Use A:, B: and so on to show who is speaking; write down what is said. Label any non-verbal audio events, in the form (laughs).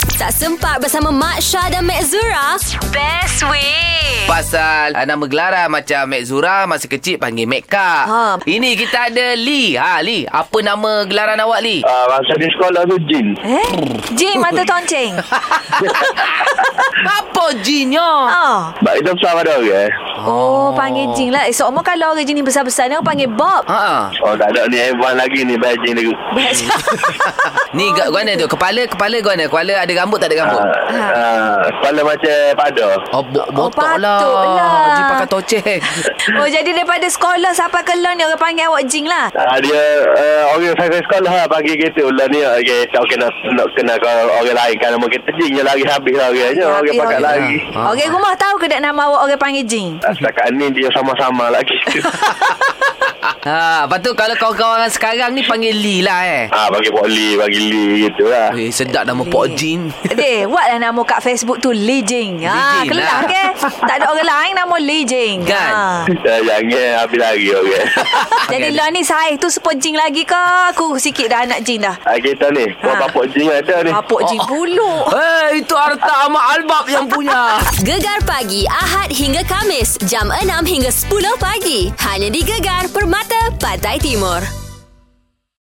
A: Tak sempat bersama Mak Syah dan Mak Zura? Best way.
B: Pasal uh, nama gelaran macam Mek Zura masa kecil panggil Mek Kak.
A: Ha.
B: Ini kita ada Lee. Ha Lee, apa nama gelaran awak
C: (laughs)
B: Lee?
D: Ah, masa di sekolah tu jin.
C: Eh? Jin mata tonceng.
B: apa jinyo?
C: Oh.
D: Sebab kita besar pada orang. eh.
C: Oh, panggil Jin lah. Eh, Seumur kalau orang jenis besar-besar ni orang panggil Bob.
B: Ha.
D: Oh, tak ada ni Evan lagi ni bayar jin dulu.
B: Ah. Ni gak gua tu. Kepala kepala gua ni. Kepala ada rambut tak ada
D: Ah,
B: rambut?
D: ah, kepala macam pada.
B: Oh, bo-
C: Oh,
B: botok lah.
C: patutlah.
B: Haji pakai tocek.
C: (laughs) Oh, jadi daripada sekolah sampai ke lon ni orang panggil awak Jin lah.
D: Ah, dia uh, orang saya sekolah lah bagi kita ulang ni okay, tak kena nak kena ke orang lain kan nama kita jin je lagi habis lah orang je orang pakai
B: orang-
D: lagi.
B: Ah.
C: Orang rumah tahu ke tak nama awak orang panggil Jin?
D: Ah, Setakat ni dia sama-sama (laughs) lagi.
B: (laughs) ha, lepas tu kalau kawan-kawan sekarang ni panggil Lee lah eh.
D: ah bagi poli, bagi li gitu lah. (laughs)
B: Weh, sedap nama Pok
C: (laughs)
B: Jin.
C: Deh, buat lah nama kat Facebook tu Lee Jing.
B: Lee
C: Ha,
B: Jing
C: kelang
B: lah.
C: ke? Tak ada orang lain nama Lee Jing.
B: Kan? (laughs)
C: Ha.
D: Dah Ah, jangan habis lagi orang.
C: Jadi
B: Okey.
C: okay. ni saya tu sepot Jing lagi ke? Aku sikit dah anak Jing dah.
D: Ah, kita ni, buat
C: Ah.
D: bapak jin
B: Eh.
D: ada ni.
C: Apok
B: Oh.
C: Jing puluk.
B: Hei, Eh, itu harta Ahmad Albab yang punya.
A: Gegar pagi Ahad hingga Kamis jam 6 hingga 10 pagi. Hanya di Gegar Permata Pantai Timur.